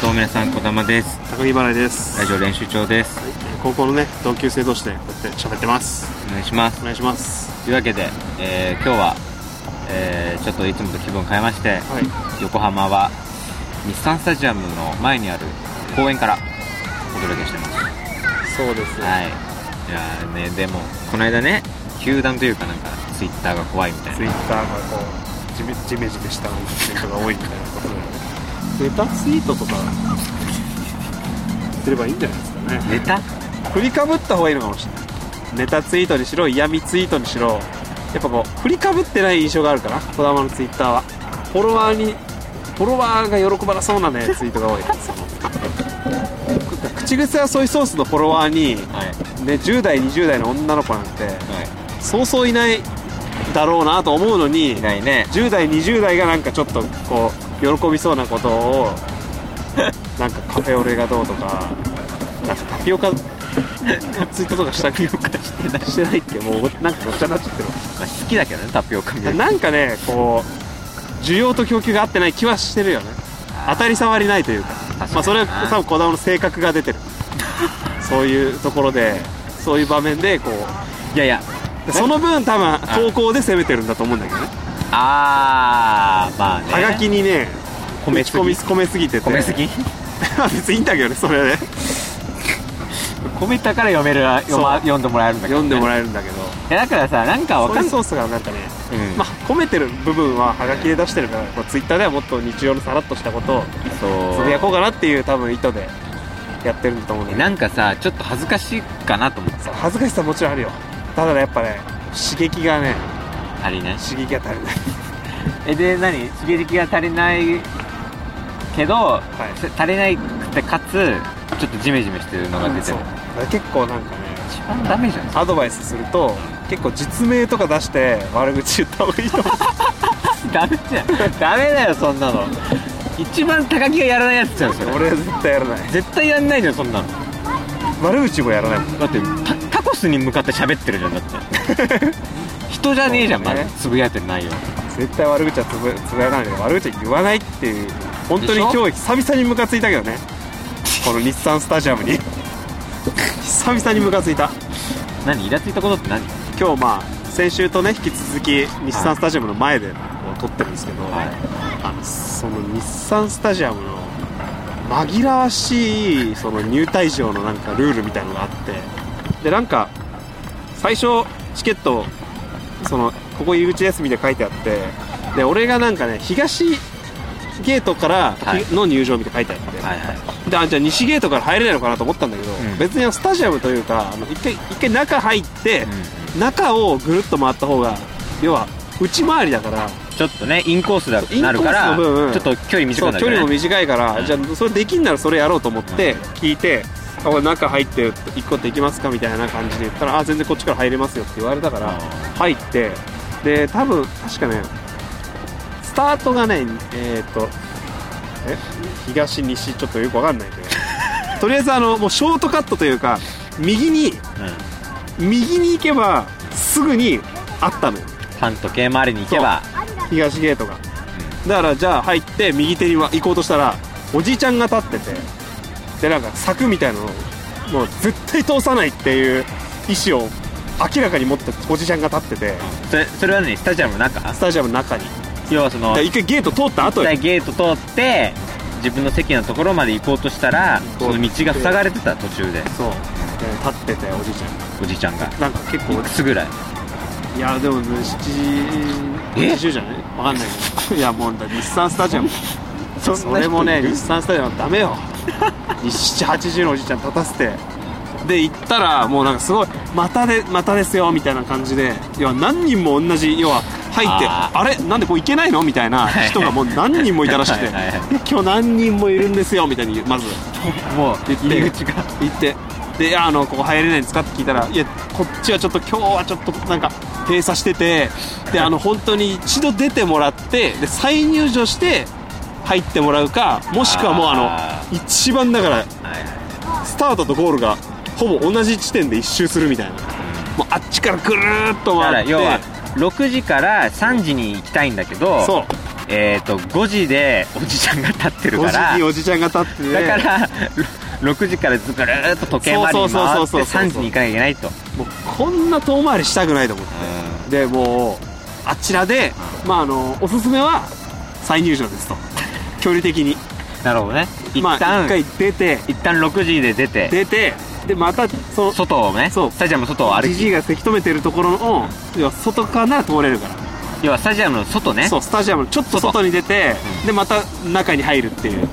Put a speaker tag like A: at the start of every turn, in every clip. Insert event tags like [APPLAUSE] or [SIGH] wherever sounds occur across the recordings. A: どうも皆さん、こだまです。
B: 高木払いです
A: ラジオ練習長です。
B: 高校のね同級生同士でこうやって喋ってます
A: お願いします
B: お。願いします
A: というわけで、えー今日は、えーちょっといつもと気分変えまして、
B: はい
A: 横浜は日産スタジアムの前にある公園からお届けしてます。はい。
B: そうです
A: いやーね、でも、この間ね、球団というかなんか、ツイッターが怖いみたい
B: ツイ
A: な。
B: ッターがこうジメジメジメしたツイートが多いみたいなことでネタツイートとかすればいいんじゃないですかね
A: ネタ
B: 振りかぶった方がいいのかもしれないネタツイートにしろ嫌味ツイートにしろやっぱこう振りかぶってない印象があるかな児玉のツイッターはフォロワーにフォロワーが喜ばなそうなねツイートが多いその口癖はソイソースのフォロワーに、ね、
A: はい。
B: 10代20代の女の子なんて
A: は
B: そうそういないだろうなと思うのに
A: い。ないね。
B: 10代20代がなんかちょっとこう喜びそうなことを [LAUGHS] なんかカフェオレがどうとかなんかタピオカのツイートとかしたくよくしてないしてないってもうなんかごっちゃになっちゃってる
A: まあ、好きだけどね、タピオカ見る
B: なんかねこう需要と供給が合ってない気はしてるよね当たり障りないというか
A: 確かに
B: まあ、それは
A: な
B: 多分児玉の性格が出てるそういうところでそういう場面でこ
A: いやいや、
B: うその分多分投稿で攻めてるんだと思うんだけどね
A: あー、まあね。
B: はがきにね
A: 込めすぎ
B: 打ち込み込めすぎてて
A: 米好き
B: [LAUGHS] 別にいいんだけどねそれはね
A: 米たから読める、読,、
B: そう
A: ま、 [LAUGHS] 読んでもらえるんだけど、
B: 読んでも
A: え
B: らえるんだけど
A: る。だからさ、なんかわ
B: ソ
A: かん
B: イソースがなんかね、
A: うん
B: まあ込めてる部分はハガキで出してるからこうツイッターではもっと日常のさらっとしたことを
A: そう
B: つぶやこうかなっていう多分意図でやってるんだと思うんだけど
A: なんかさちょっと恥ずかしいかなと思って
B: そう恥ずかしさもちろんあるよただねやっぱね刺激がね
A: 足りない
B: 刺激が足りない
A: えで何刺激が足りないけど、
B: い
A: す足りないくてかつちょっとジメジメしてるのが出て
B: そう
A: る
B: だから結構なんかね
A: 一番ダメじゃん [LAUGHS]
B: アドバイスすると結構実名とか出して悪口言った方がいいと
A: [LAUGHS]
B: 思う
A: ダメじゃんダメだよそんなの一番高木がやらないやつじゃんそれ
B: 俺は絶対やらない
A: 絶対やんないじゃんそんなの
B: 悪口もやらない
A: だってタタコスに向かって喋ってるじゃんだって [LAUGHS] 人じゃねえじゃん、
B: そうね
A: まずつぶやいてないよ
B: 絶対悪口はつぶつぶやかないで悪口は言わないっていう本当に今
A: でし
B: 日
A: ょ
B: 久々にムカついたけどねこの日産スタジアムに久々にムカついた
A: 何イラついたことって何
B: 今日まあ先週とね引き続き日産スタジアムの前でこう撮ってるんですけど、
A: はい
B: あのその日産スタジアムの紛らわしいその入退場のなんかルールみたいのがあってでなんか最初チケットそのここ入り口ですみたいに書いてあってで俺がなんかね東ゲートから
A: はい
B: の入場みたいに書いてあって、
A: はいはい
B: であじゃあ西ゲートから入れないのかなと思ったんだけど、
A: ん
B: 別にあのスタジアムというかあの一回一回中入って、
A: う
B: 中をぐるっと回った方が要は内回りだから
A: ちょっとねインコースだ
B: インコースの
A: なるからち
B: 分
A: ょっと距離
B: そ
A: 短く
B: う
A: なる
B: 距
A: よね
B: 離も短いから、
A: うん
B: じゃあそれできんならそれやろうと思って聞いて「あこれ中入って1個できますか?」みたいな感じで言ったら「あ全然こっちから入れますよ」って言われたから
A: あー
B: 入ってで多分確かねスタートがねえっ、とえ東西ちょっとよくわかんな
A: [LAUGHS]
B: いけどとりあえずあのもうショートカットというか右に
A: う
B: 右に行けばすぐにあったのよ
A: ん、反時計回りに行けば
B: 東ゲートが、だからじゃあ入って右手には行こうとしたらおじいちゃんが立っててでなんか柵みたいなのをもう絶対通さないっていう意思を明らかに持ったおじちゃんが立ってて
A: それそれはねスタジアムの中
B: スタジアムの中に
A: 要はその
B: で
A: 一
B: 一回ゲート通った後
A: 回
B: に
A: ゲート通って自分の席のところまで行こうとしたら
B: こう
A: その道が塞がれてた途中で
B: そうで立ってておじいちゃ
A: おじいちゃんが
B: んなんか結
A: い
B: 構
A: くつぐらい
B: いやでもね7時
A: え
B: 80じゃないわかんないけどいやもうだ日産スタジアムそ
A: そんな人
B: れもね
A: いる
B: 日産スタジアムダメよ780のおじいちゃん立たせてで行ったらもうなんかすごい「またでまたですよ」みたいな感じで要は何人も同じ要は入って
A: あ
B: 「あれなんでこう行けないの?」みたいな人がもう何人もいたらしくて
A: はいはいはい
B: 「今日何人もいるんですよ」みたいにまず
A: もう入
B: 入
A: り
B: り
A: 口
B: 口
A: が
B: 行ってでいやあのここ入れないんですかって聞いたらいやこっちはちょっと今日はちょっとなんか閉鎖しててであの本当に一度出てもらってで再入場して入ってもらうかもしくはもうあ
A: あ
B: の一番だからスタートとゴールがほぼ同じ地点で一周するみたいなもうあっちからぐるーっと
A: だか
B: 回
A: ら
B: って
A: 要は6時から3時に行きたいんだけど
B: そう
A: えっ、と5時でおじちゃんが立ってる
B: お
A: か
B: じ
A: ら
B: におじちゃんが立ってね
A: だから6時からずぐるーっと時計回りに回
B: そ
A: って
B: うそうそうそうそう
A: 3時に行かなきゃいけないとうん
B: もうこんな遠回りしたくないと思ってでもうあちらで、まああのおすすめは再入場ですと距離的に
A: なるほどね一
B: まあ、
A: 旦、
B: 一回出て
A: 一旦6時で出て
B: 出てでまたその
A: 外をね
B: そう
A: スタジアムの外を歩
B: じじ
A: き
B: いがせき止めてるところの、要は外側なら通れるから
A: 要はスタジアムの外ね
B: そうスタジアムのちょっと外に出てでまた中に入るっていう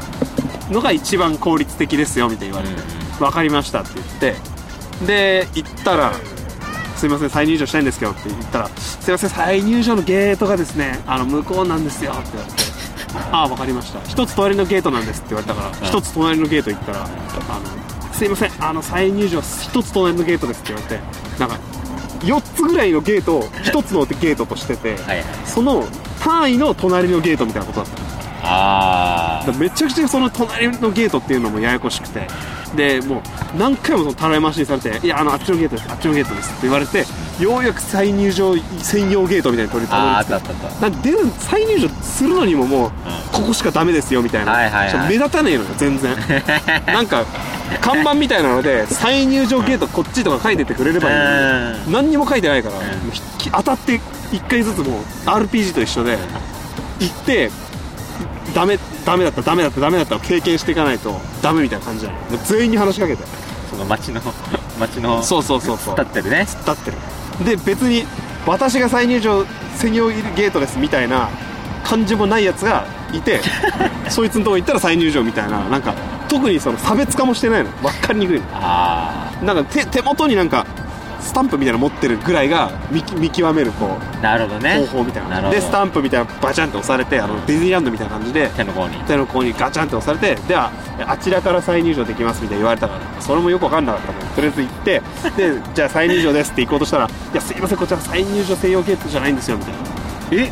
B: のが一番効率的ですよみたいに言われて
A: う
B: 「分かりました」って言ってで行ったら「すいません再入場したいんですけど」って言ったら「すいません再入場のゲートがですねあの向こうなんですよ」って言われて「ああ分かりました一つ隣のゲートなんです」って言われたから一つ隣のゲート行ったら「あのすいませんあの再入場一つ隣のゲートです」って言われてなんか4つぐらいのゲートを1つのゲートとしてて、
A: はいはい
B: その単位の隣のゲートみたいなことだっただ
A: あ
B: からめちゃくちゃその隣のゲートっていうのもややこしくてでもう何回もそのたらい回しにされて「いやあのあっちのゲートですあっちのゲートです」って言われてようやく再入場専用ゲートみたいな取り
A: あああ
B: た
A: っ
B: ど
A: たあ
B: り
A: ったあった
B: 着いてなんで再入場するのにももうここしかダメですよみたいな、
A: はいはいはい
B: ちょっと目立たねえのよ全然なんか看板みたいなので再入場ゲートこっちとか書いててくれればいいのに
A: うん
B: 何にも書いてないから、
A: ん
B: もうひ当たって1回ずつもう RPG と一緒で行ってダメダメだったダメだったダメだったを経験していかないとダメみたいな感じじゃないもう全員に話しかけて
A: その街の街の
B: そうそうそうそう
A: 立ってるね
B: 立ってるで別に私が再入場専用ゲートですみたいな感じもないやつがいてそいつのとこ行ったら再入場みたいななんか特にその差別化もしてないの分かりにくいの
A: あ
B: なんか手手元になんかスタンプみたいなの持ってるぐらいが見き見極めるこう
A: あなるほどね
B: 方法みたい
A: な
B: な
A: るほど
B: でスタンプみたいなのバチャンって押されてあのディズニーランドみたいな感じで
A: 手の方に
B: 手の甲にガチャンって押されてではあちらから再入場できますみたいに言われたからそれもよく分かんなかったのでとりあえず行ってでじゃあ再入場ですって行こうとしたら「いやすいませんこちら再入場専用ゲートじゃないんですよ」みたいな「え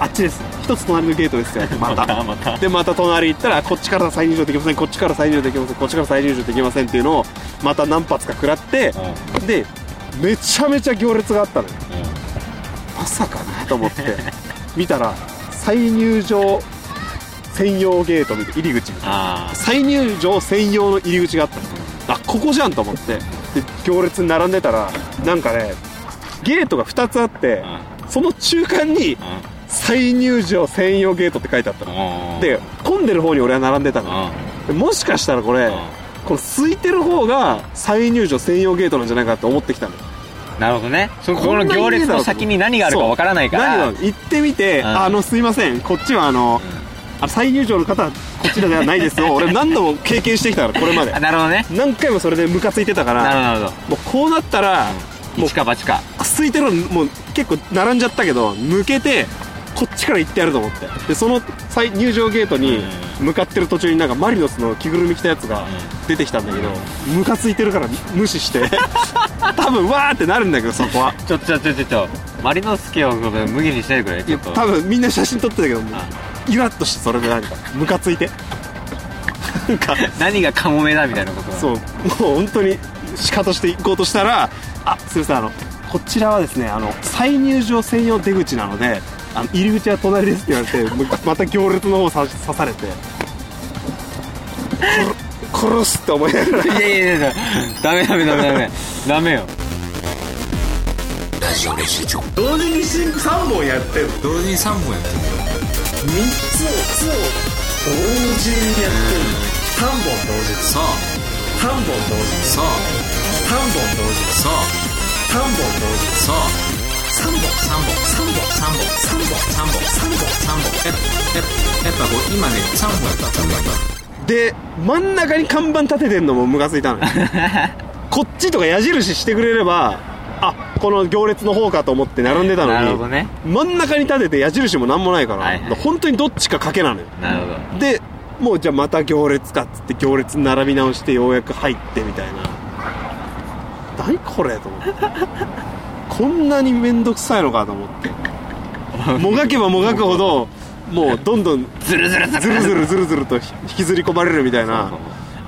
B: あっちです一つ隣のゲートですよ」ま
A: [LAUGHS]
B: た
A: また
B: でまた隣行ったらこっちから再入場できませんこっちから再入場できませんこっちから再入場できませんっていうのをまた何発か食らって
A: うんうん
B: でめちゃめちゃ行列があったのよまさかなと思って見たら再入場専用ゲートみたいな入り口みたいな
A: あ
B: 再入場専用の入り口があったのあここじゃんと思ってで行列に並んでたらなんかねゲートが2つあって
A: あ
B: その中間に
A: うん
B: 再入場専用ゲートって書いてあったの
A: うん
B: で混んでる方に俺は並んでた
A: う
B: の
A: ん
B: でもしかしたらこれこの空いてる方が再入場専用ゲートなんじゃないかって思ってきたの
A: なるほどねそこ
B: こんな
A: の
B: に
A: 行列の先に何があるかわからないから
B: 何を行ってみて、
A: うん
B: あのすいませんこっちはあの、あの再入場の方はこちらではないで
A: [LAUGHS]
B: すよ俺何度も経験してきたからこれまで
A: あなるほどね
B: 何回もそれでムカついてたから
A: なるほどなる
B: もうこうなったら、
A: ほど
B: もう
A: 一か八か
B: 空いてるのもう結構並んじゃったけど抜けてこっちから行ってやると思ってでその再入場ゲートに向かってる途中になんかマリノスの着ぐるみ着たやつが出てきたんだけどムカついてるから無視して
A: [LAUGHS]
B: 多分わーってなるんだけどそこは
A: ちょちょちょちょちょマリノスケを無限にしないでくれ
B: い
A: ちょ
B: や
A: っと
B: 多分みんな写真撮ってたけども
A: あ
B: イラッとしてそれでなんかムカついて [LAUGHS] なんか
A: 何がカモメだみたいなこと
B: そうもう本当にシカとして行こうとしたらあすいませんあのこちらはですねあの再入場専用出口なのであの入り口は隣ですって言われ
A: [LAUGHS]
B: てもうまた行列の方を刺刺されて殺殺すって思いながら
A: いやいやいやダメダメダメダメダメよ
B: 同時に新3本やってる同時に3本やってる3つを同時にやってる3本同時そう3本同時そう3本同時そう3本同時そう3本3本3本3本3本3本3本3本
C: やっやっぱこう今ね3本やった3本やった
B: で真ん中に看板立ててんのもムカついたの
A: [LAUGHS]
B: よこっちとか矢印してくれればあこの行列の方かと思って並んでたのに
A: なるほどね
B: 真ん中に立てて矢印も何もないから、
A: はいはい
B: 本当にどっちか賭けなのよ
A: なるほど
B: でもうじゃあまた行列かっつって行列並び直してようやく入ってみたいな何これと思ってこんなに面倒くさいのかと思ってもがけばもがくほどもうどんどん
A: ズルズルズル
B: ずるずるずるずるとひ引きずり込まれるみたい
A: そう
B: な
A: そう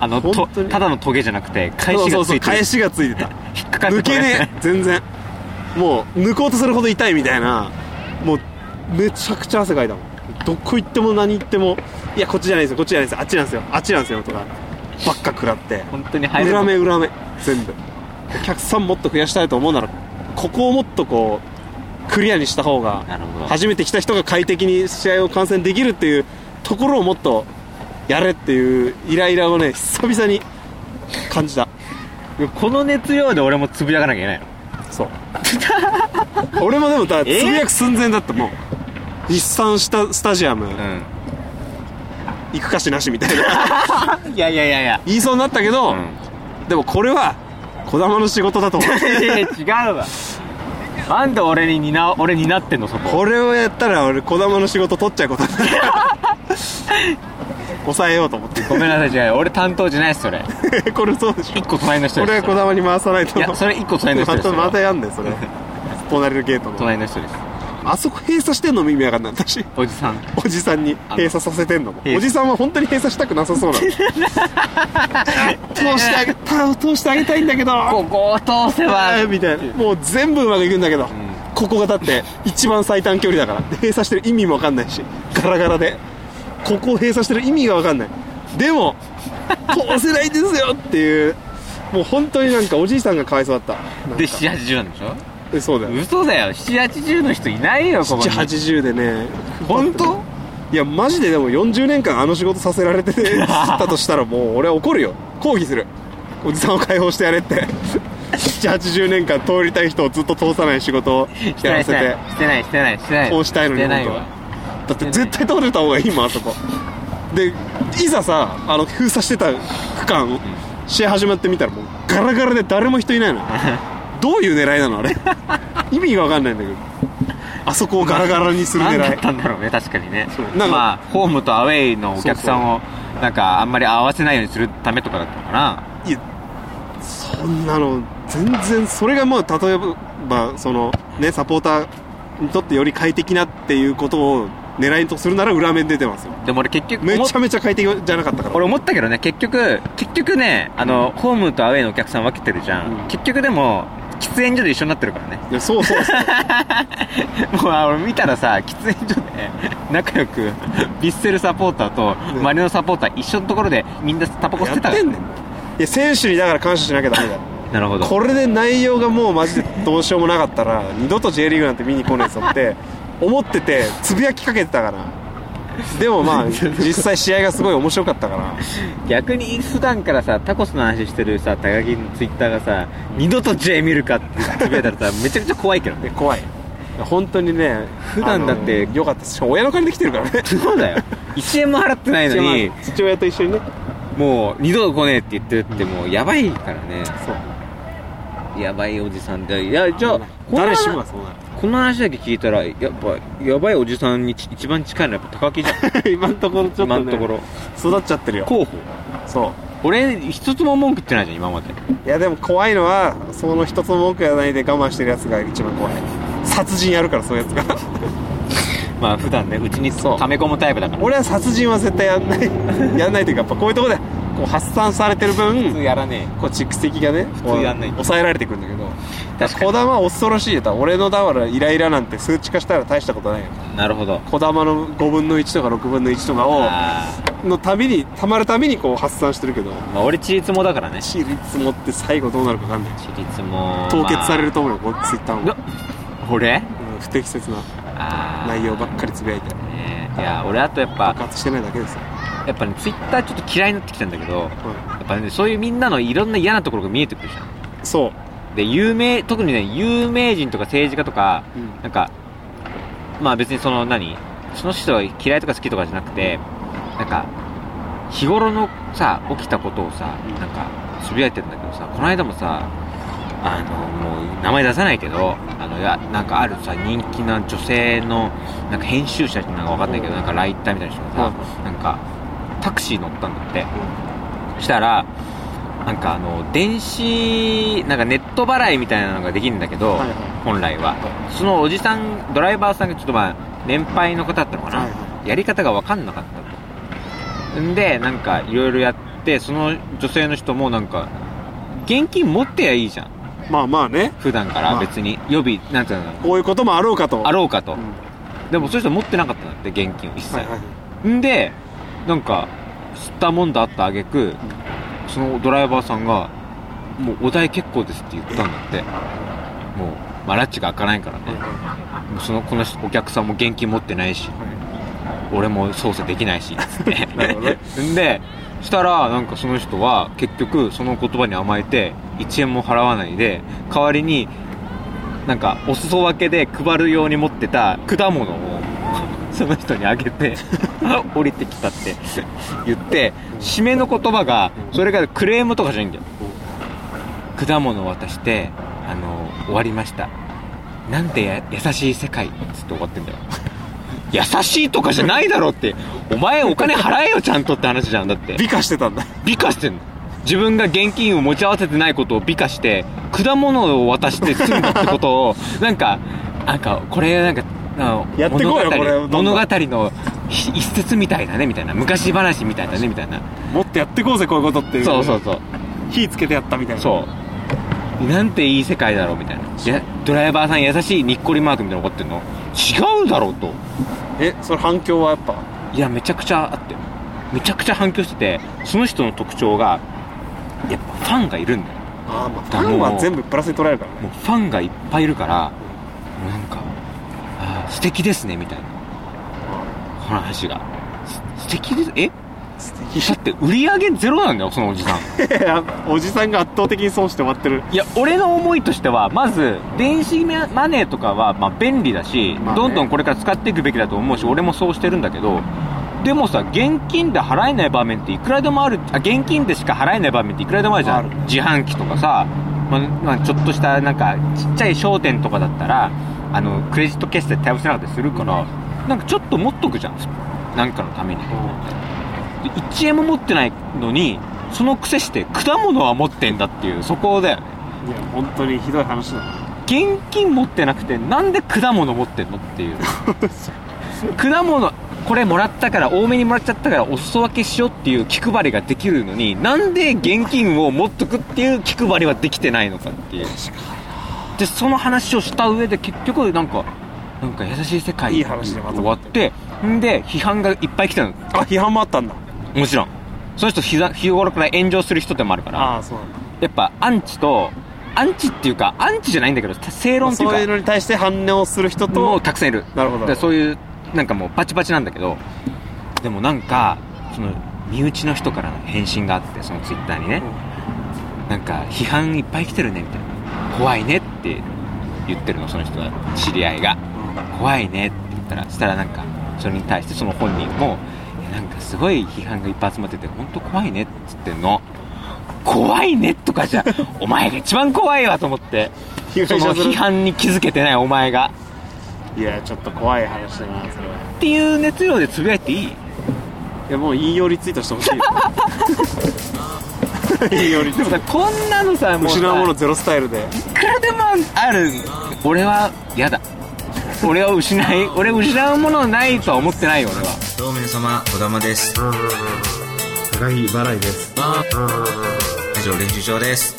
A: あのと
B: 本当に
A: ただのトゲじゃなくて返
B: そう
A: し
B: そ
A: が
B: う
A: つ
B: そう
A: いてる
B: 返しがついてた
A: 引っかかって
B: 抜けね
A: [LAUGHS]
B: え全然もう抜こうとするほど痛いみたいなもうめちゃくちゃ汗かいたもんどこ行っても何行ってもいやこっちじゃないですよこっちじゃないですよあっちなんですよあっちなんですよとかばっか食らって
A: 本当に入
B: 裏
A: る
B: 目裏目全部お客さんもっと増やしたいと思うならここをもっとこうクリアにした方が
A: なるほど
B: 初めて来た人が快適に試合を観戦できるっていうところをもっとやれっていうイライラをね久々に感じた
A: この熱量で俺もつぶやかなきゃいけないの
B: そう俺もでもだつぶやく寸前だったもう日産したスタジアム行くかしなしみたい [LAUGHS] な
A: うんいやいやいやいや [LAUGHS]
B: 言いそうになったけど、
A: う
B: でもこれは児玉の仕事だと思う
A: んいや違うわなんで俺に担う俺になってんのそこ
B: これをやったら俺児玉の仕事取っちゃうことになる [LAUGHS] 抑えようと思っ
A: ごめんなさい違う俺担当じゃないっすそれ
B: て [LAUGHS] これそうでしょ
A: 一個隣の人
B: こ
A: です
B: れは児
A: それ
B: 玉に回さないと
A: いやそれ一個隣の人
B: ま
A: です
B: た
A: それは
B: [LAUGHS] またやんねんそれ隣のゲートの
A: 隣の人です
B: あそこ閉鎖してんのも意味わかんない私
A: おじさん
B: おじさんに閉鎖させてんのも
A: あの
B: おじさんは本当に閉鎖したくなさそうなの通してあげた通してあげたいんだけど
A: ここを通せば
B: あーみたいなもう全部うまくいくんだけど、ここがだって一番最短距離だからで閉鎖してる意味もわかんないしガラガラでここを閉鎖してる意味がわかんないでも通せないんですよっていうもう本当になんかおじいさんがかわいそうだったなん
A: で
B: か
A: 780なんでしょ
B: えそうだよ
A: 嘘だよ780の人いないよここに
B: 780でね
A: 本当
B: いやマジででも40年間あの仕事させられて
A: [LAUGHS]
B: たとしたらもう俺は怒るよ抗議するおじさんを解放してやれって780年間通りたい人をずっと通さない仕事を
A: して
B: や
A: ない
B: ら
A: して
B: せ
A: な
B: て
A: いしてないしてないしてない
B: こうしたいのに
A: してない
B: 本
A: わ
B: 当はだって絶対通れた方がいいもんあそこでいざさあの封鎖してた区間試合始まってみたらもうガラガラで誰も人
A: [LAUGHS]
B: いないのどういう狙いなのあれ意味が分かんないんだけどあそこをガラガラにする
A: 何だ
B: 狙
A: っ
B: い
A: たんだろうね確かにね
B: そうなんか
A: まあホームとアウェイのお客さんをなんかあんまり合わせないようにするためとかだったのかない
B: やそんなの全然それがもう例えばそのねサポーターにとってより快適なっていうことを狙いとするなら裏面出てますよ
A: でも俺結局
B: め
A: 思っ
B: ちゃめちゃ快適じゃなかったから
A: 俺思ったけどね結局結局ねあの、ホームとアウェイのお客さん分けてるじゃん、
B: うん
A: 結局でも喫煙所で一緒になってるからね [LAUGHS]
B: いやそうそうそう
A: もうあ俺見たらさ喫煙所で仲良くビッセルサポーターと
B: ね
A: マリノスサポーター一緒のところでみんなタバコ吸ってたから
B: んねんいや選手にだから感謝しなきゃダメだよ
A: なるほど
B: これで内容がもうマジでどうしようもなかったら二度と J リーグなんて見に来ねえぞって思っててつぶやきかけてたからで
A: [LAUGHS]
B: もまあ実際試合がすごい面白かったから
A: 逆に普段からさタコスの話してるさ高木のツイッターがさ二度と J 見るかってつぶやいた [LAUGHS] らさめちゃくちゃ怖いけどね
B: で怖い本当にね
A: 普段だって
B: あのよかったですしかも親の金で来てるからね
A: そうだよ1円も払ってないのに
B: 父親と一緒にね
A: もう二度と来ねえって言ってるってもうやばいからね
B: そう
A: やばいおじさんでいやじゃあこの
B: 誰
A: 話
B: しもがそうな
A: この話だけ聞いたらやっぱやばいおじさんにち一番近いのはやっぱ高木じゃ [LAUGHS] ん
B: る今のところちょっと、ね、
A: 今のところ
B: 育っちゃってるよ
A: 候補
B: そう
A: 俺一つも文句言ってないじゃん今まで
B: いやでも怖いのはその一つも文句やないで我慢してるやつが一番怖い殺人やるからそういうやつ
A: [LAUGHS]
B: が
A: まあ普段ねうちに
B: そう
A: 溜め込むタイプだから
B: 俺は殺人は絶対やんない
A: [LAUGHS]
B: やんないというかやっぱこういうとこでこう発散されてる
A: 普通
B: 分
A: やらね
B: こう蓄積がねこう
A: 普通やんない
B: 抑えられてくるんだけど
A: え確か
B: 児玉は恐ろしいよ多分俺のだからイライラなんて数値化したら大したことないよ
A: になるほど
B: 児玉の5分の1とか6分の1とかを
A: あ
B: のたびにたまるたびにこう発散してるけど
A: ーまあ俺チリツモだからねチ
B: 私立もって最後どうなるか分かんない
A: リツモ
B: 凍結され
A: る
B: ると思うよこうツイッターも
A: な俺
B: うん不適切な
A: あ
B: 内容ばっかりつぶやいて
A: あねいや俺あとやっぱ
B: 爆発してないだけですよ、
A: やっぱねツイッターちょっと嫌いになってきたんだけど
B: う
A: やっぱねそういうみんなのいろんな嫌なところが見えてくるじゃん
B: ん、そう、
A: で有名特にね有名人とか政治家とかなんかまあ別にその何その人が嫌いとか好きとかじゃなくてなんか日頃のさ起きたことをさ
B: うん
A: なんかつぶやいてるんだけどさこの間もさあのもう名前出さないけどあのいやなんかあるさ人気な女性のなんか編集者ってなんか分かんないけどなんかライターみたいな人がさなんかタクシー乗ったんだってそしたらなんかあの電子なんかネット払いみたいなのができるんだけど、
B: はいはい
A: 本来はそのおじさんドライバーさんがちょっとまあ年配の方だったのかな、
B: はいは
A: やり方が分かんなかったとんでなんかいろいろやってその女性の人もなんか現金持ってやいいじゃん
B: まあまあね
A: 普段か
B: ま
A: ら
B: あ
A: 別に予備なんていうの
B: こういうこともあろうかと
A: あろうかと、
B: うん
A: でもそういう人持ってなかったんだって現金を一切、
B: はいはい
A: んでなんか吸ったもんだあった挙句そのドライバーさんが「もうお代結構です」って言ったんだってもう、まあ、ラッチが開かないからねもうそのこのお客さんも現金持ってないし俺も操作できないしつって
B: [LAUGHS] なるほどね
A: んでしたらなんかその人は結局その言葉に甘えて1円も払わないで代わりになんかお裾分けで配るように持ってた果物をその人にあげ
B: [LAUGHS]
A: て降りてきたって言って締めの言葉がそれがクレームとかじゃないんだよ果物を渡してあの終わりましたなんてや優しい世界っつって終わってんだよ [LAUGHS] 優しいとかじゃないだろってお前お金払えよちゃんとって話じゃんだって
B: 美化してたんだ
A: 美化してんの自分が現金を持ち合わせてないことを美化して果物を渡して済んだってこと
B: [LAUGHS]
A: をなんかなんかこれなんかあの
B: やってこいよ
A: 物語
B: これどんどん
A: 物語のひ一節みたいだねみたいな昔話みたいだねみたいな
B: もっとやってこうぜこういうことっていう
A: そうそうそう
B: 火つけてやったみたいな
A: そうなんていい世界だろうみたいないやドライバーさん優しいにっこりマークみたいなの怒ってんの違うだろうと
B: えそれ反響はやっぱ
A: いやめちゃくちゃあってめちゃくちゃ反響しててその人の特徴がやっぱファンがいるんだよ
B: ああまあファンは全部プラスで捉えるからね
A: もうファンがいっぱいいるからもうなんかあー素敵ですねみたいな話がす素敵ですえ
B: 素
A: だって売り上げゼロなんだよそのおじさん
B: 敵 [LAUGHS] おじさんが圧倒的に損して終わってる
A: いや俺の思いとしてはまず電子マネーとかはまあ便利だし、
B: まあね
A: どんどんこれから使っていくべきだと思うし俺もそうしてるんだけどでもさ現金で払えない場面っていくらでもあるあ現金でしか払えない場面っていくらでもあるじゃ
B: あ
A: ん
B: る
A: 自販機とかさ、まあまあちょっとしたなんかちっちゃい商店とかだったらあのクレジット決済対応してなかったりするからなんかちょっと持っとくじゃんなんかのためにで1円も持ってないのにその癖して果物は持ってんだっていうそこだよね
B: いや本当にひどい話だな
A: 現金持ってなくてなんで果物持ってんのって
B: [LAUGHS]
A: いう果物これもらったから多めにもらっちゃったからお裾分けしようっていう気配りができるのになんで現金を持っとくっていう気配りはできてないのかっていうでその話をした上で結局なんかなんか優しい世界
B: いい話でまと
A: 終
B: ま
A: わ
B: っ
A: っててんで批判がいっぱい来たの
B: あ批判もあったんだ
A: もちろんその人ひざ日頃から炎上する人でもあるから
B: ああそうなんだ
A: やっぱアンチとアンチっていうかアンチじゃないんだけど正論っていう
B: そう
A: か
B: いうのに対して反応する人
A: も
B: と
A: うたくさんいる
B: なるほど
A: でそういうなんかもうバチバチなんだけどでもなんかその身内の人からの返信があってそのツイッターにね、なんか批判いっぱい来てるねみたいな怖いねって言ってるのその人が知り合いが怖いねって言ったらしたらなんかそれに対してその本人もいやなんかすごい批判がいっぱい集まってて本当怖いねっつってんの怖いねとかじゃお前が一番怖いわと思ってそ
B: 被害
A: の
B: 者す
A: [LAUGHS]
B: る
A: 批判に気づけてないお前が
B: いやちょっと怖い話だなそれは
A: っていう熱量でつぶやいていい
B: いやもう引用リツイート [LAUGHS] してほしいよ引用リツ
A: で
B: イ
A: も
B: ート
A: さこんなのさもうさ
B: 失うものゼロスタイルで
A: いくらでもある俺は嫌だ俺は失い俺失うものないとは思ってないよ俺は
C: どうも皆様、小玉です。
D: 高木払いです
C: ラジオ練習場です。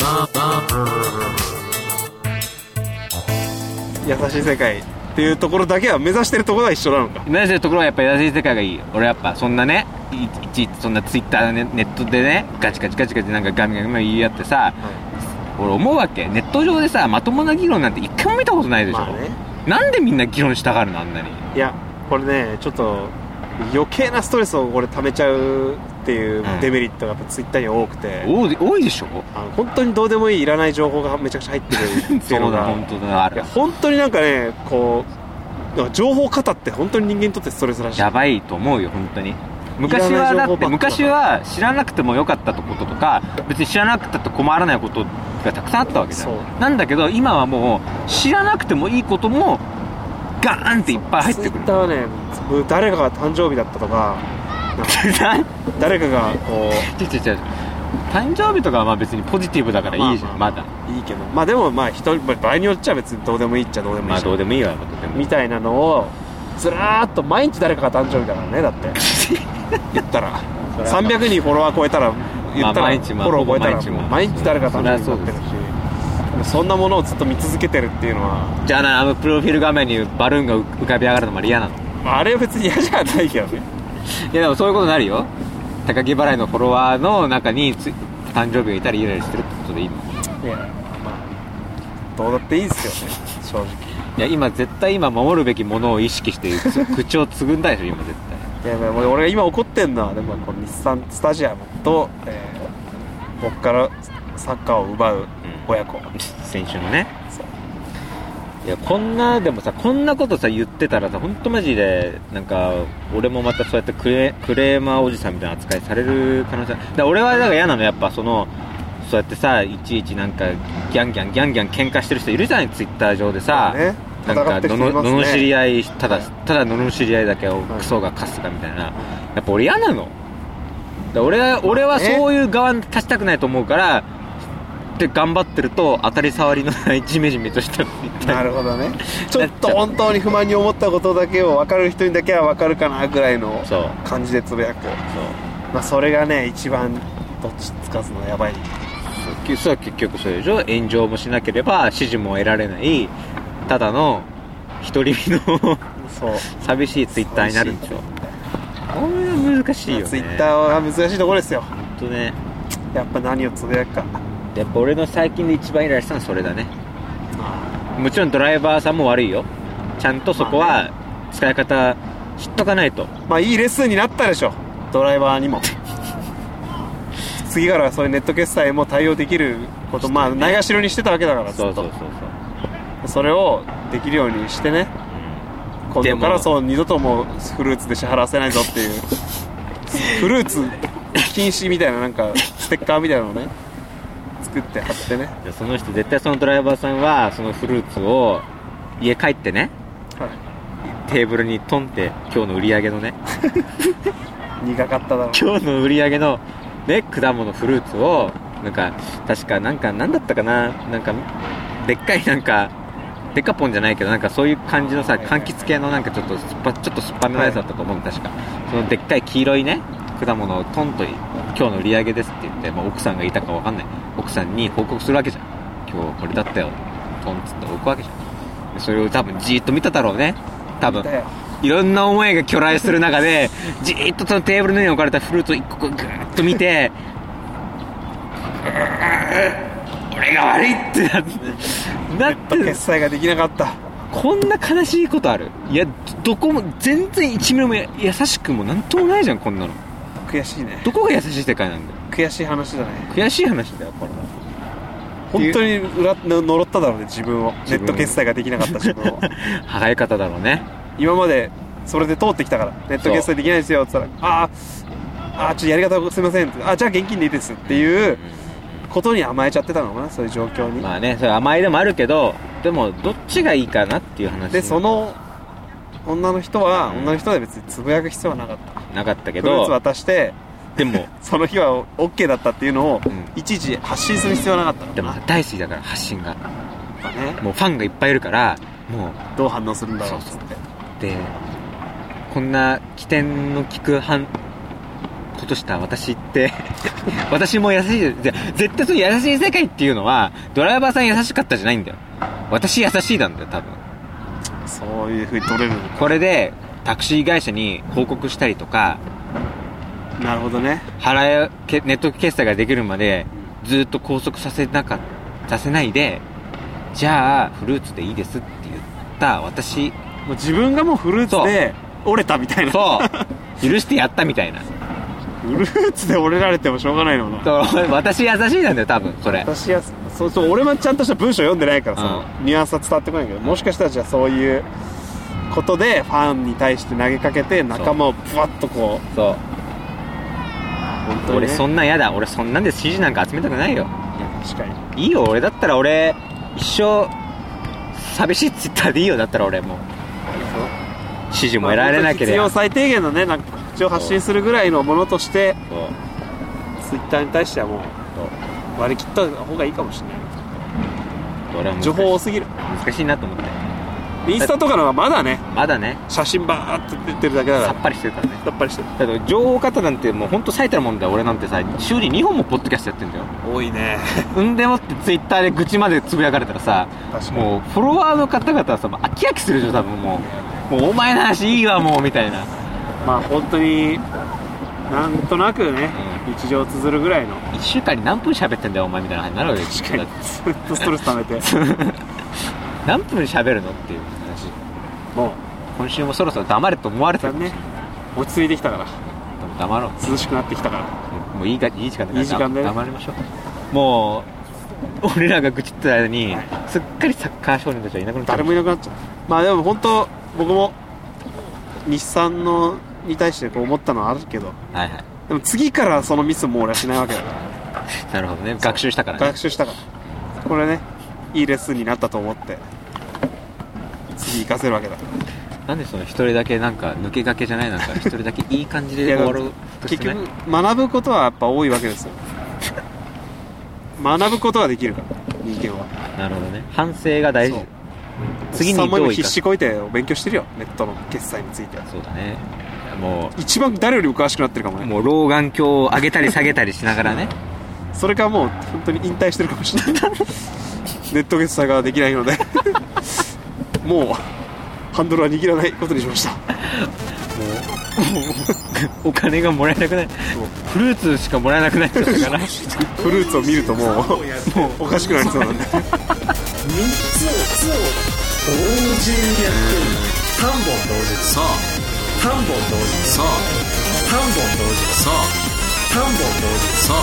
B: 優しい世界っていうところだけは目指してるところは一緒なのか
A: 目指してるところはやっぱ優しい世界がいい俺やっぱそんなねいいちいちそんなツイッターのねネットでねガチガチガチガチなんかガミガミ言い合ってさ、俺思うわけネット上でさまともな議論なんて一回も見たことないでしょ、
B: まあね
A: なんでみんな議論したがるのあんなに
B: いやこれねちょっと余計なストレスをこれ溜めちゃうっていう
A: うん
B: デメリットがやっぱツイッターには多くて、
A: 多い多いでしょ
B: あの本当にどうでもいいいらない情報がめちゃくちゃ入ってるっていうの
A: [LAUGHS]
B: が
A: 本当だあ
B: いや
A: る
B: 本当になんかねこうなんか情報過多って本当に人間にとってストレスらしい
A: やばいと思うよ本当に昔
B: いら
A: は
B: ない
A: だ
B: 情報
A: って
B: ばっかだ
A: 昔は知らなくてもよかったこととか別に知らなくたって困らないことがたくさんあったわけじゃ
B: そ
A: んなんだけど今はもう知らなくてもいいこともガーンっていっぱい入ってくる
B: ツイッターはねもう誰かが誕生日だったとかなんか
A: [LAUGHS]
B: 誰かがこ
A: 違う違う違う誕生日とかはまあ別にポジティブだからいいじゃん
B: ま
A: ま
B: あ
A: だ
B: ういいけどまあでもまあ人まあ場合によっちゃ別にどうでもいいっちゃどうでもい
A: ま
B: い
A: あ
B: し、
A: どうでもいいわまあどうでもい
B: み
A: い
B: たいなのをずらーっと毎日誰かが誕生日だからねだって
A: [LAUGHS]
B: 言ったら300人フォロワー超えたら言ったら、
A: 毎日まあ
B: フォロー超えたら
A: ほぼ毎日も
B: 毎日誰かが誕生日になってるし、そんなものをずっと見続けてるっていうのは
A: じゃあなあのプロフィール画面にバルーンが浮かび上がるのも嫌なのい
B: まああれは別に嫌じゃないけどね
A: やでもそういうことになるよ高木払いのフォロワーの中につ誕生日がいたりイライラしてるってことでいいの
B: いやまあどうだっていいですよね正直
A: いや今絶対今守るべきものを意識してつ口をつぐんだでしょ今絶
B: いやまあ俺俺が今怒ってんのはでもこの日産スタジアムと、えー僕からサッカーを奪う親子、
A: 対先週のね
B: そう
A: いやこんなでもさこんなことさ言ってたらさ本当マジでなんか俺もまたそうやってクレクレーマーおじさんみたいな扱いされる可能性だから俺はだから嫌なのやっぱそのそうやってさいちいちなんかギャンギャンギャンギャン喧嘩してる人いるじゃないツイッター上でさ、
B: ね
A: なん
B: 戦
A: か
B: ってき
A: の
B: てま
A: の
B: す
A: の知
B: ね
A: り合いただただのの知り合いだけを
B: はい
A: クソがカスかみたいな、やっぱ俺嫌なのだから俺は俺はそういう側に立ちたくないと思うからで頑張ってると当たり障りのないジメジメとしたみたい
B: [LAUGHS] な
A: な
B: るほ
A: [LAUGHS]
B: どねちょっと本当に不満に思ったことだけを分かる人にだけは分かるかなぐらいの
A: そう
B: 感じでつぶやく
A: そう
B: まあそれがね一番どっちつかずのやばい
A: そうきそう結局それでしょ炎上もしなければ支持も得られないただの独り身の [LAUGHS]
B: そう
A: 寂しいツイッターになるんでしょこれは難しいよね
B: ツイッターは難しいところですよ
A: 本当ね
B: やっぱ何をつぶやくか
A: やっぱ俺の最近で一番イライラしたのはそれだねもちろんドライバーさんも悪いよちゃんとそこは使い方知っとかないと
B: まあいいレッスンになったでしょドライバー
A: [LAUGHS]
B: にも次からはそういうネット決済も対応できることまあないがしろにしてたわけだから
A: そうそう
B: ず
A: そうそ
B: っ
A: う
B: とそれをできるようにしてね今
A: で
B: 度
A: も
B: からそう二度ともうフルーツで支払わせないぞっていうフルーツ禁止みたいななんかステッカーみたいなのをね作って貼ってね、
A: でその人絶対そのドライバーさんはそのフルーツを家帰ってね
B: は
A: テーブルにトンって今日の売り上げのね
B: い、苦かっただろう
A: 今日の売り上げのね果物フルーツをなんか確かなんかなんだったかななんかでっかいなんかデカポンじゃないけどなんかそういう感じのさ
B: はいはい
A: 柑橘系のなんかちょっと酸っぱちょっと酸っぱめのやつだったと思うんだ確かそのでっかい黄色いね果物をトンと今日の売り上げですって言って、まあ、奥さんがいたかわかんない奥さんに報告するわけじゃん今日これだったよトンっつって置くわけじゃんでそれを多分じーっと見ただろうね多分
B: だよ
A: いろんな思いが巨来する中
B: [LAUGHS]
A: で、じーっとそのテーブルの上に置かれたフルーツを一個個ぐーっと見て、うー俺が悪いってなって、なってる
B: 決済ができなかった
A: こんな悲しいことあるいや、どこも、全然一ミリも優しくもなんともないじゃん、こんなの。
B: 悔しいね
A: どこが優しい世界なんだよ。
B: 悔しい話だね
A: 悔しい話だよ、これは。
B: 本当に裏の呪っただろうね自分をネ
A: 自分を
B: ット決済ができなかった自分を
A: 歯がゆかっただろうね。
B: 今までそれで通ってきたからネット決済できないですよって言ったらあーあーちょっとやり方すいませんってあじゃあ現金でいいですっていうことに甘えちゃってたのかなそういう状況に、
A: まあね、それ甘えでもあるけど、でも、どっちがいいかなっていう話
B: でその女の人は、
A: うん
B: 女の人は別につぶやく必要はなかった
A: なかったけ
B: フルーツ
A: ど、
B: 渡して
A: でも、
B: その日は OK だったっていうのを、
A: うん
B: いちいち発信する必要はなかったの
A: で
B: か
A: も
B: な
A: さ大好きだから、発信が。
B: やっぱね
A: もうファンがいっぱいいるからもう
B: どう反応するんだろうっつって
A: でこんな起点の利く反ことした私って [LAUGHS] 私も優しいで絶対その優しい世界っていうのはドライバーさん優しかったじゃないんだよ私優しいなんだよ多分
B: そういうふうに取れるの
A: これでタクシー会社に報告したりとか
B: なるほどね
A: 払えけネット決済ができるまでずっと拘束させなかさせないでじゃあフルーツでいいですって言った私
B: もう自分がもうフルーツで折れたみたいな
A: そう許してやったみたいな
B: フルーツで折れられてもしょうがないのかな
A: そう私優しいなんだよ多分それ
B: 私はそうそう俺もちゃんとした文章読んでないからその、ニュアンスは伝わってこないけどもしかしたらじゃあそういうことでファンに対して投げかけて仲間をブワッとこう
A: そう
B: 本当に、ね、
A: 俺そ
B: ん
A: んなん嫌だ俺そんなんで支持なんか集めたくないよ
B: 確かに
A: いいよ俺だったら俺一生寂しいツイッターでいいよだったら俺もう支持も得られなけれ
B: まあ
A: ば
B: 本当に必要最低限のねなんか口を発信するぐらいのものとして
A: そう
B: ツイッターに対してはもう割り切った方がいいかもしれない
A: 俺はもう
B: 情報多すぎる
A: 難しいなと思って
B: インスタとかの方がまだね
A: まだね
B: 写真バーって出てるだけだ
A: さ
B: か
A: っぱりしてるからね
B: らやっぱりしてる
A: だけど情報型なんてもう本当最たるもんだよ俺なんてさ週に2本もポッドキャストやってんだよ
B: 多いね [LAUGHS]
A: んでもってツイッターで愚痴までつぶやかれたらさ
B: 確かに
A: もうフォロワーの方々はさもう飽き飽きするでしょ多分もうもうお前の話いいわもうみたいな
B: まあ本当になんとなくね、日常を綴るぐらいの
A: 1週間に何分喋ってんだよお前みたいな話になるわけです
B: 確かにずっとストレス溜めて
A: 何分喋るのっていう話
B: もう
A: 今週もそろそろ黙れと思われて
B: だ
A: る
B: ね落ち着いてきたから
A: 黙ろう
B: 涼しくなってきたから
A: もういいかいい時間だから
B: いい時間だよ
A: 黙りましょうもう俺らが愚痴ってた間にすっかりサッカー少年たちはいなくなっちゃう
B: 誰もいなくなっちゃうまあでも本当僕も日産のに対してこう思ったのはあるけど
A: はいはい
B: でも次からそのミスも俺はしないわけだか
A: なるほどね学習したかららね
B: 学習したからこれねいいレッスンになったと思って次行かせるわけだ
A: なんでその一人だけなんか抜け駆けじゃないなん [LAUGHS] か一人だけいい感じで終わろうとし
B: 結
A: てない
B: 局学ぶことはやっぱ多いわけですよ学ぶことができるから人間は
A: なるほどね反省が大事
B: そう
A: 次にどう
B: おっさんも今
A: 生か
B: 必
A: す
B: 死こいて勉強してるよネットの決済について
A: そうだねも
B: 一番誰よりも詳しくなってるかも
A: う
B: ね
A: もう老眼鏡を上げたり下げたりしながらね
B: それかもう本当に引退してるかもしれないネット決済ができないのでもうハンドルは握らないことにしました
A: [LAUGHS] お金がもらえなくなるフルーツしかもらえなくなっちゃったから
B: フルーツを見るともうもうおかしくなりそうなんで
D: 同時にやってる3本同時
C: そう
D: 3本同時
C: そう
D: 3本同時
C: そう
D: 3本同時
C: そう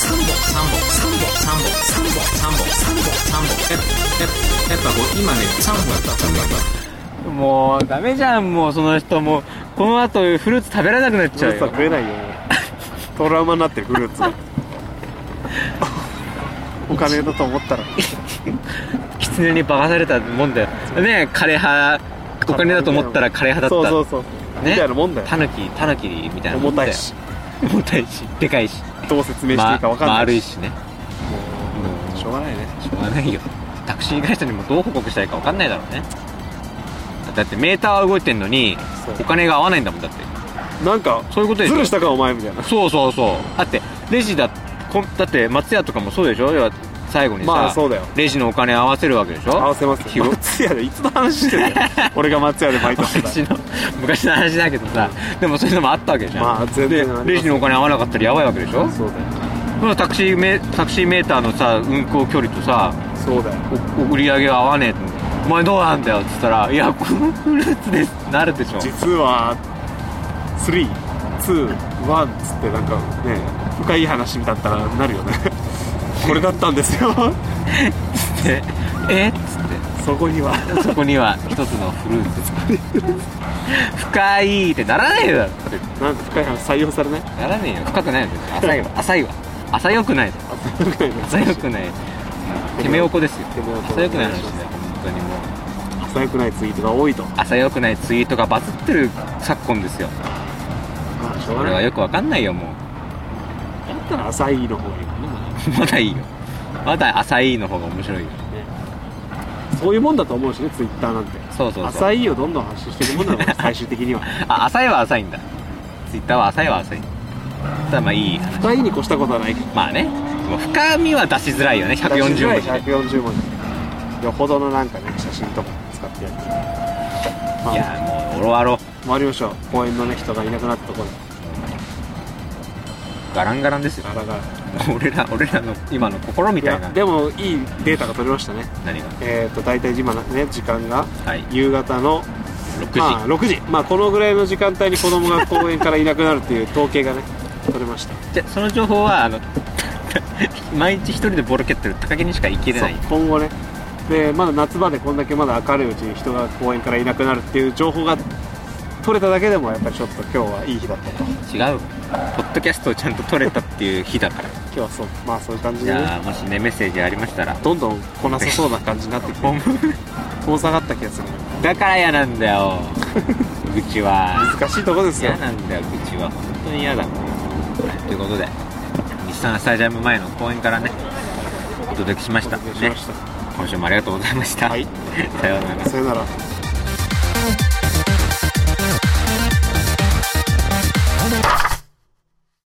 C: 三本三本三本三本三本三本三本三本ええやっぱこう今ね三本やった三本やった
A: もうダメじゃんもうその人もうこの後フルーツ食べられなくなっち
B: フ
A: ゃ
B: ルー
A: う
B: ツは
A: よ
B: 食えないよもうトラウマになってるフルーツお金だと思ったら
A: 狐に化かされたもんだよねカレー派お金だと思ったらカレー派
B: そう
A: だ
B: そ
A: っ
B: うそう
A: た
B: みたいなもんだよ
A: タヌキタヌキみたいなも
B: 重
A: んだ
B: た
A: よ
B: いし
A: 重たいしでかいし
B: どう説明していいか分か
A: ま
B: んない
A: 丸いしね
B: もうしょうがないね
A: しょうがないよタクシー会社にもどう報告したらいいか分かんないだろうねだってメーターは動いてんのに
B: そう
A: お金が合わないんだもんだって
B: なんか
A: そういうことでし
B: ズ
A: ょ
B: ルしたかお前みたいな
A: そうそうそうだってレジだこんだって松屋とかもそうでしょ要は最後にさ、
B: まあそうだよ
A: レジのお金合わせるわけでしょ
B: 合わせます
A: 日
B: よ
A: ご
B: [LAUGHS] 松屋でいつの話してるの俺が松屋でバイトして
A: 昔
B: た
A: の昔の話だけどさでもそういうのもあったわけじゃん、
B: まあ全然あります
A: レジのお金合わなかったらやばいわけでしょ
B: そうだよ
A: そのタクシーメタクシーメーターのさ運行距離とさ
B: そうだよ
A: お売り上げが合わねえってお前どうなんだよって言ったら「いやこのフルーツです」ってなるでしょ
B: 実は321つってなんかね深い話だったらなるよねこれだったんですよ
A: で [LAUGHS] えっつって
B: そこには
A: そこには一つのフルーツ深いってならねえだろ
B: なんか深い話採用されない
A: ならねえよ深くないよ別に浅いわ [LAUGHS] 浅いわ浅よくない浅よくないてめおこですよ
B: てめおこ
A: 浅よくない話だよ本当にもう
B: 浅くないツイートが多いと
A: 浅よくないツイートがバズってる昨今ですよ
B: まあしょうが
A: 俺
B: な
A: はいよくわかんないよも
B: だったら浅いの方がいいもんねま
A: う [LAUGHS] まだいいよまだ浅いの方が面白いよ
B: あそういうもんだと思うしねツイッターなんて
A: そうそうそう
B: 浅いをどんどん発信していくもんなの最終的には
A: あ浅いは浅いんだツイッターは浅いは浅いただまあいい話
B: 深いに越したことはないけど
A: まあねもう深みは出しづらいよね140文字で
B: 140文字よほどのなんかね写真とか使ってやるま
A: い
B: あ
A: やもうオロアロ
B: 回りましょう公園のね人がいなくなったところで
A: ガランガランですよ
B: ガラガラ
A: 俺ら俺らの今の心み
B: い
A: たい
B: や
A: な
B: でもいいデータが取れましたね
A: 何が
B: えっ、ー、と大体今ね時間が
A: はい
B: 夕方の
A: 6時、
B: まあ6時まあこのぐらいの時間帯に子供が公園からいなくなるっていう統
A: [LAUGHS]
B: 計がね取れました
A: じゃその情報はあの [LAUGHS] 毎日一人でボロ蹴ってる高木にしか生きれない
B: そう今後ねでまだ夏場でこんだけまだ明るいうちに人が公園からいなくなるっていう情報が取れただけでもやっぱりちょっと今日はいい日だったと
A: 違うポッドキャストをちゃんと撮れたっていう日だから
B: 今日はそうまあそういう感じ
A: じ
B: でね
A: ゃあもしねメッセージありましたら [LAUGHS]
B: どんどん来なさそうな感じになってき [LAUGHS] て遠ざかった気がする
A: だから嫌なんだよ愚痴 [LAUGHS] は
B: 難しいとこですよ
A: 嫌なんだよ愚痴は本当に嫌だということで日産スタジアム前の公園からねお届けしました
B: お届けしま
A: ね
B: した
A: 今週もありがとうございました。
B: はい
A: [LAUGHS] さようなら。
B: さよなら